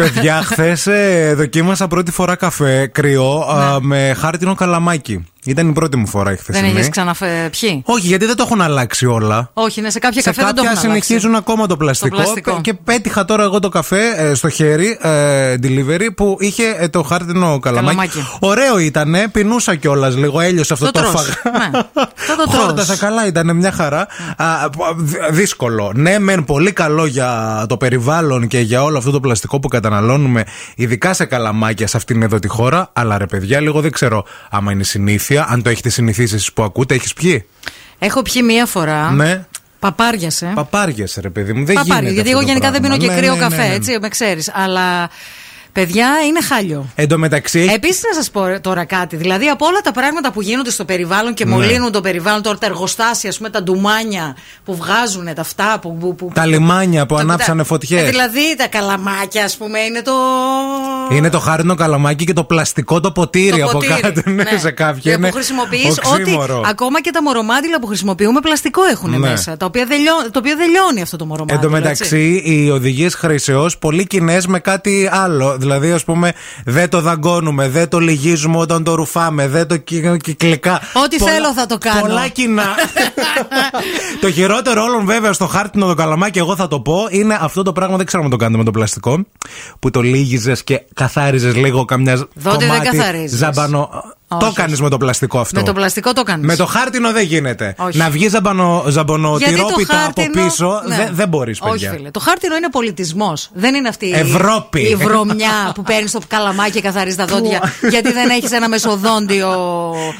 Παιδιά, χθες δοκίμασα πρώτη φορά καφέ κρυό α, με χάρτινο καλαμάκι. Ήταν η πρώτη μου φορά η Δεν χθεσινή. έχει ξαναπιεί. Όχι, γιατί δεν το έχουν αλλάξει όλα. Όχι, ναι, σε κάποια σε καφέ δεν το κάποια έχουν αλλάξει. συνεχίζουν ακόμα το πλαστικό, πλαστικό. Και πέτυχα τώρα εγώ το καφέ ε, στο χέρι, ε, delivery, που είχε ε, το χάρτινο καλαμάκι. Καλαμάκι. Ωραίο ήταν, πεινούσα κιόλας λίγο, έλειωσε αυτό Το το, τρως. έφαγα. Ναι. Αυτό το τρως. Ναι. Χόρτασα καλά, ήταν μια χαρά. Α, δυ- δύσκολο. Ναι, μεν πολύ καλό για το περιβάλλον και για όλο αυτό το πλαστικό που καταναλώνουμε, ειδικά σε καλαμάκια σε αυτήν εδώ τη χώρα. Αλλά ρε παιδιά, λίγο δεν ξέρω άμα είναι συνήθεια, αν το έχετε συνηθίσει εσείς που ακούτε, έχεις πιει. Έχω πιει μία φορά. Ναι. Παπάριασε. Παπάριε, ρε παιδί μου. Δεν Παπάρι, γίνεται. γιατί αυτό εγώ το γενικά δεν πράγμα. πίνω και Ναι, κρύο ναι, ναι, καφέ, ναι. έτσι, με ξέρεις. Αλλά παιδιά είναι χάλιο. Εν τω μεταξύ, έχει- Επίσης, να σας πω ρε, τώρα κάτι. Δηλαδή, από όλα τα πράγματα που γίνονται στο περιβάλλον Ναι. και μολύνουν το περιβάλλον, τώρα τα εργοστάσια, ας πούμε, τα ντουμάνια που βγάζουν, τα αυτά που. που, που τα λιμάνια που τα- ανάψανε τα- Ε, φωτιέ. Δηλαδή, τα καλαμάκια, ας πούμε, είναι το. Είναι το χάρινο καλαμάκι και το πλαστικό το ποτήρι, το από ποτήρι. Ε, κάτω. Ναι, σε κάποια. που είναι χρησιμοποιείς ό,τι. οξύμορο. Ακόμα και τα μορομάντιλα που χρησιμοποιούμε πλαστικό έχουν Ναι. μέσα. Τα οποία δεν λιώ- το οποίο δεν λιώνει αυτό το Εν μορομάντιλο. τω μεταξύ, οι οδηγίες χρήσεως πολύ κοινές με κάτι άλλο. Δηλαδή, ας πούμε, δεν το δαγκώνουμε, δεν το λυγίζουμε όταν το ρουφάμε, δεν το κυ- κυκλικά. Ό,τι θέλω θα το κάνω. Πολλά κοινά. το χειρότερο όλων, βέβαια, στο χάρτινο το καλαμάκι, εγώ θα το πω, είναι αυτό το πράγμα. Δεν ξέρω αν το κάνετε με το πλαστικό. Που το λύγιζες και καθάριζες λίγο καμιά Δόντι δεν κομμάτι καθαρίζεις. Ζαμπανό. Όχι, Το όχι. κάνεις με το πλαστικό αυτό. Με το πλαστικό το κάνεις. Με το χάρτινο δεν γίνεται. Όχι. Να βγει ζαμπανο, Γιατί το ζαμπονοτυρόπιτα από χάρτινο- πίσω ναι. δεν, δεν μπορείς, παιδιά. Όχι, φίλε. Το χάρτινο είναι πολιτισμός. Δεν είναι αυτή η- Ευρώπη. η βρωμιά που παίρνεις το καλαμάκι και καθαρίζεις τα δόντια. γιατί δεν έχεις ένα μεσοδόντιο.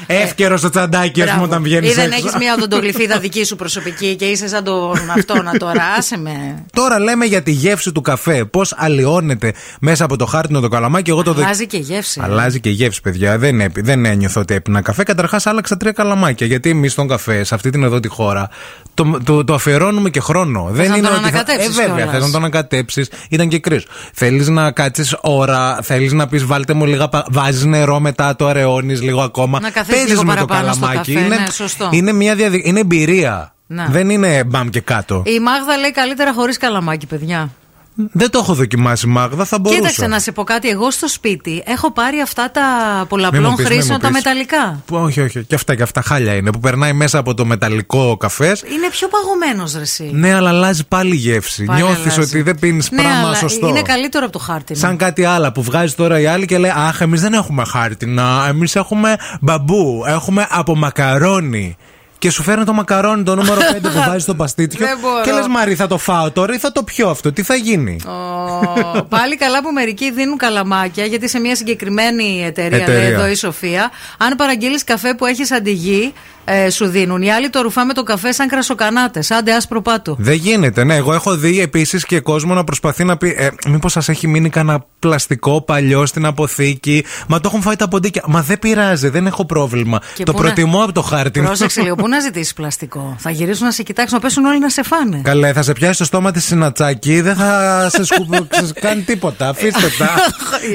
Εύκαιρο στο τσαντάκι, ας πούμε, όταν βγαίνεις Ε, Ή έξω. δεν έχεις μια οδοντογλυφίδα δική σου προσωπική και είσαι σαν τον αυτό να τώρα. Άσε με. Τώρα λέμε για τη γεύση του καφέ. Πώς αλλοιώνεται μέσα από το χάρτινο το καλαμάκι. Εγώ το δε- Αλλάζει και η γεύση. Ε. Αλλάζει και η γεύση, παιδιά. Δεν, έπι, δεν ένιωθα ότι έπινα καφέ. Καταρχάς, άλλαξα τρία καλαμάκια. Γιατί εμείς τον καφέ, σε αυτή την εδώ τη χώρα, το, το, το αφιερώνουμε και χρόνο. δεν να είναι τον ότι θα- Ε, ανακατέψεις βέβαια, κιόλας. θες να τον ανακατέψεις. Ήταν και κρύο. Θέλεις να κάτσεις ώρα, θέλεις να πεις βάλτε μου λίγα. Βάζεις νερό μετά, το αραιώνεις λίγο ακόμα. Να καθίσεις Παίζεις λίγο με το παραπάνω στο καλαμάκι. καφέ, είναι, ναι, σωστό. είναι, μια διαδικ- είναι εμπειρία. Να. Δεν είναι μπαμ και κάτω. Η Μάγδα λέει καλύτερα χωρίς καλαμάκι, παιδιά. Δεν το έχω δοκιμάσει, Μάγδα. Θα μπορούσα. Ε- Κοίταξε να σε πω κάτι. Εγώ στο σπίτι έχω πάρει αυτά τα Μη μου πολλαπλών πεις, μη χρήσεων, μου τα πεις. μεταλλικά. Που- Όχι, όχι. Και αυτά και αυτά χάλια είναι. Που περνάει μέσα από το μεταλλικό καφές. Είναι πιο παγωμένος ρεσί. Ναι, αλλά αλλάζει πάλι η γεύση. Πάλι Νιώθεις αλλάζει. ότι δεν πίνεις ναι, πράγμα αλλά σωστό. Είναι καλύτερο από το χάρτινο. Σαν κάτι άλλο που βγάζει τώρα η άλλη και λέει Αχ, εμείς δεν έχουμε χάρτινα. Εμείς έχουμε μπαμπού. Έχουμε από μακαρόνι. Και σου φέρνει το μακαρόνι το νούμερο 5 που βάζεις στο παστίτσιο. Δεν μπορώ. και λες Μαρή, θα το φάω τώρα ή θα το πιω αυτό. Τι θα γίνει. Ω, πάλι καλά που μερικοί δίνουν καλαμάκια, γιατί σε μια συγκεκριμένη εταιρεία, Εταιρεία. λέει εδώ η Σοφία, αν παραγγείλεις καφέ που έχεις αντιγεί, ε, σου δίνουν. Οι άλλοι το ρουφάμε το καφέ σαν κρασοκανάτες, άντε άσπρο πάτο. Δεν γίνεται, ναι. Εγώ έχω δει επίσης και κόσμο να προσπαθεί να πει: ε, Μήπως σας έχει μείνει κανένα πλαστικό παλιό στην αποθήκη. Μα το έχουν φάει τα ποντίκια. Μα δεν πειράζει, δεν έχω πρόβλημα. Και το πού να- προτιμώ από το χάρτινο. Πρόσεξε λίγο, πού να ζητήσει πλαστικό. Θα γυρίσουν να σε κοιτάξουν, να πέσουν όλοι να σε φάνε. Καλέ, θα σε πιάσει το στόμα της συνατσάκι, δεν θα σε σκουπ- σε κάνει τίποτα. Αφήστε τα.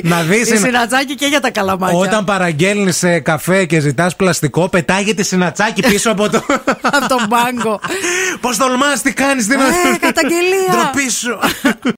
να δεις. Η συνατζάκι και για τα καλαμάκια. Όταν παραγγέλνεις καφέ και ζητάς πλαστικό, πετάγεται η συνατσάκι πίσω από το. Από τον μπάγκο. Πώς τολμάς, τι κάνεις, τι να. Ε, καταγγελία. Ντροπή σου.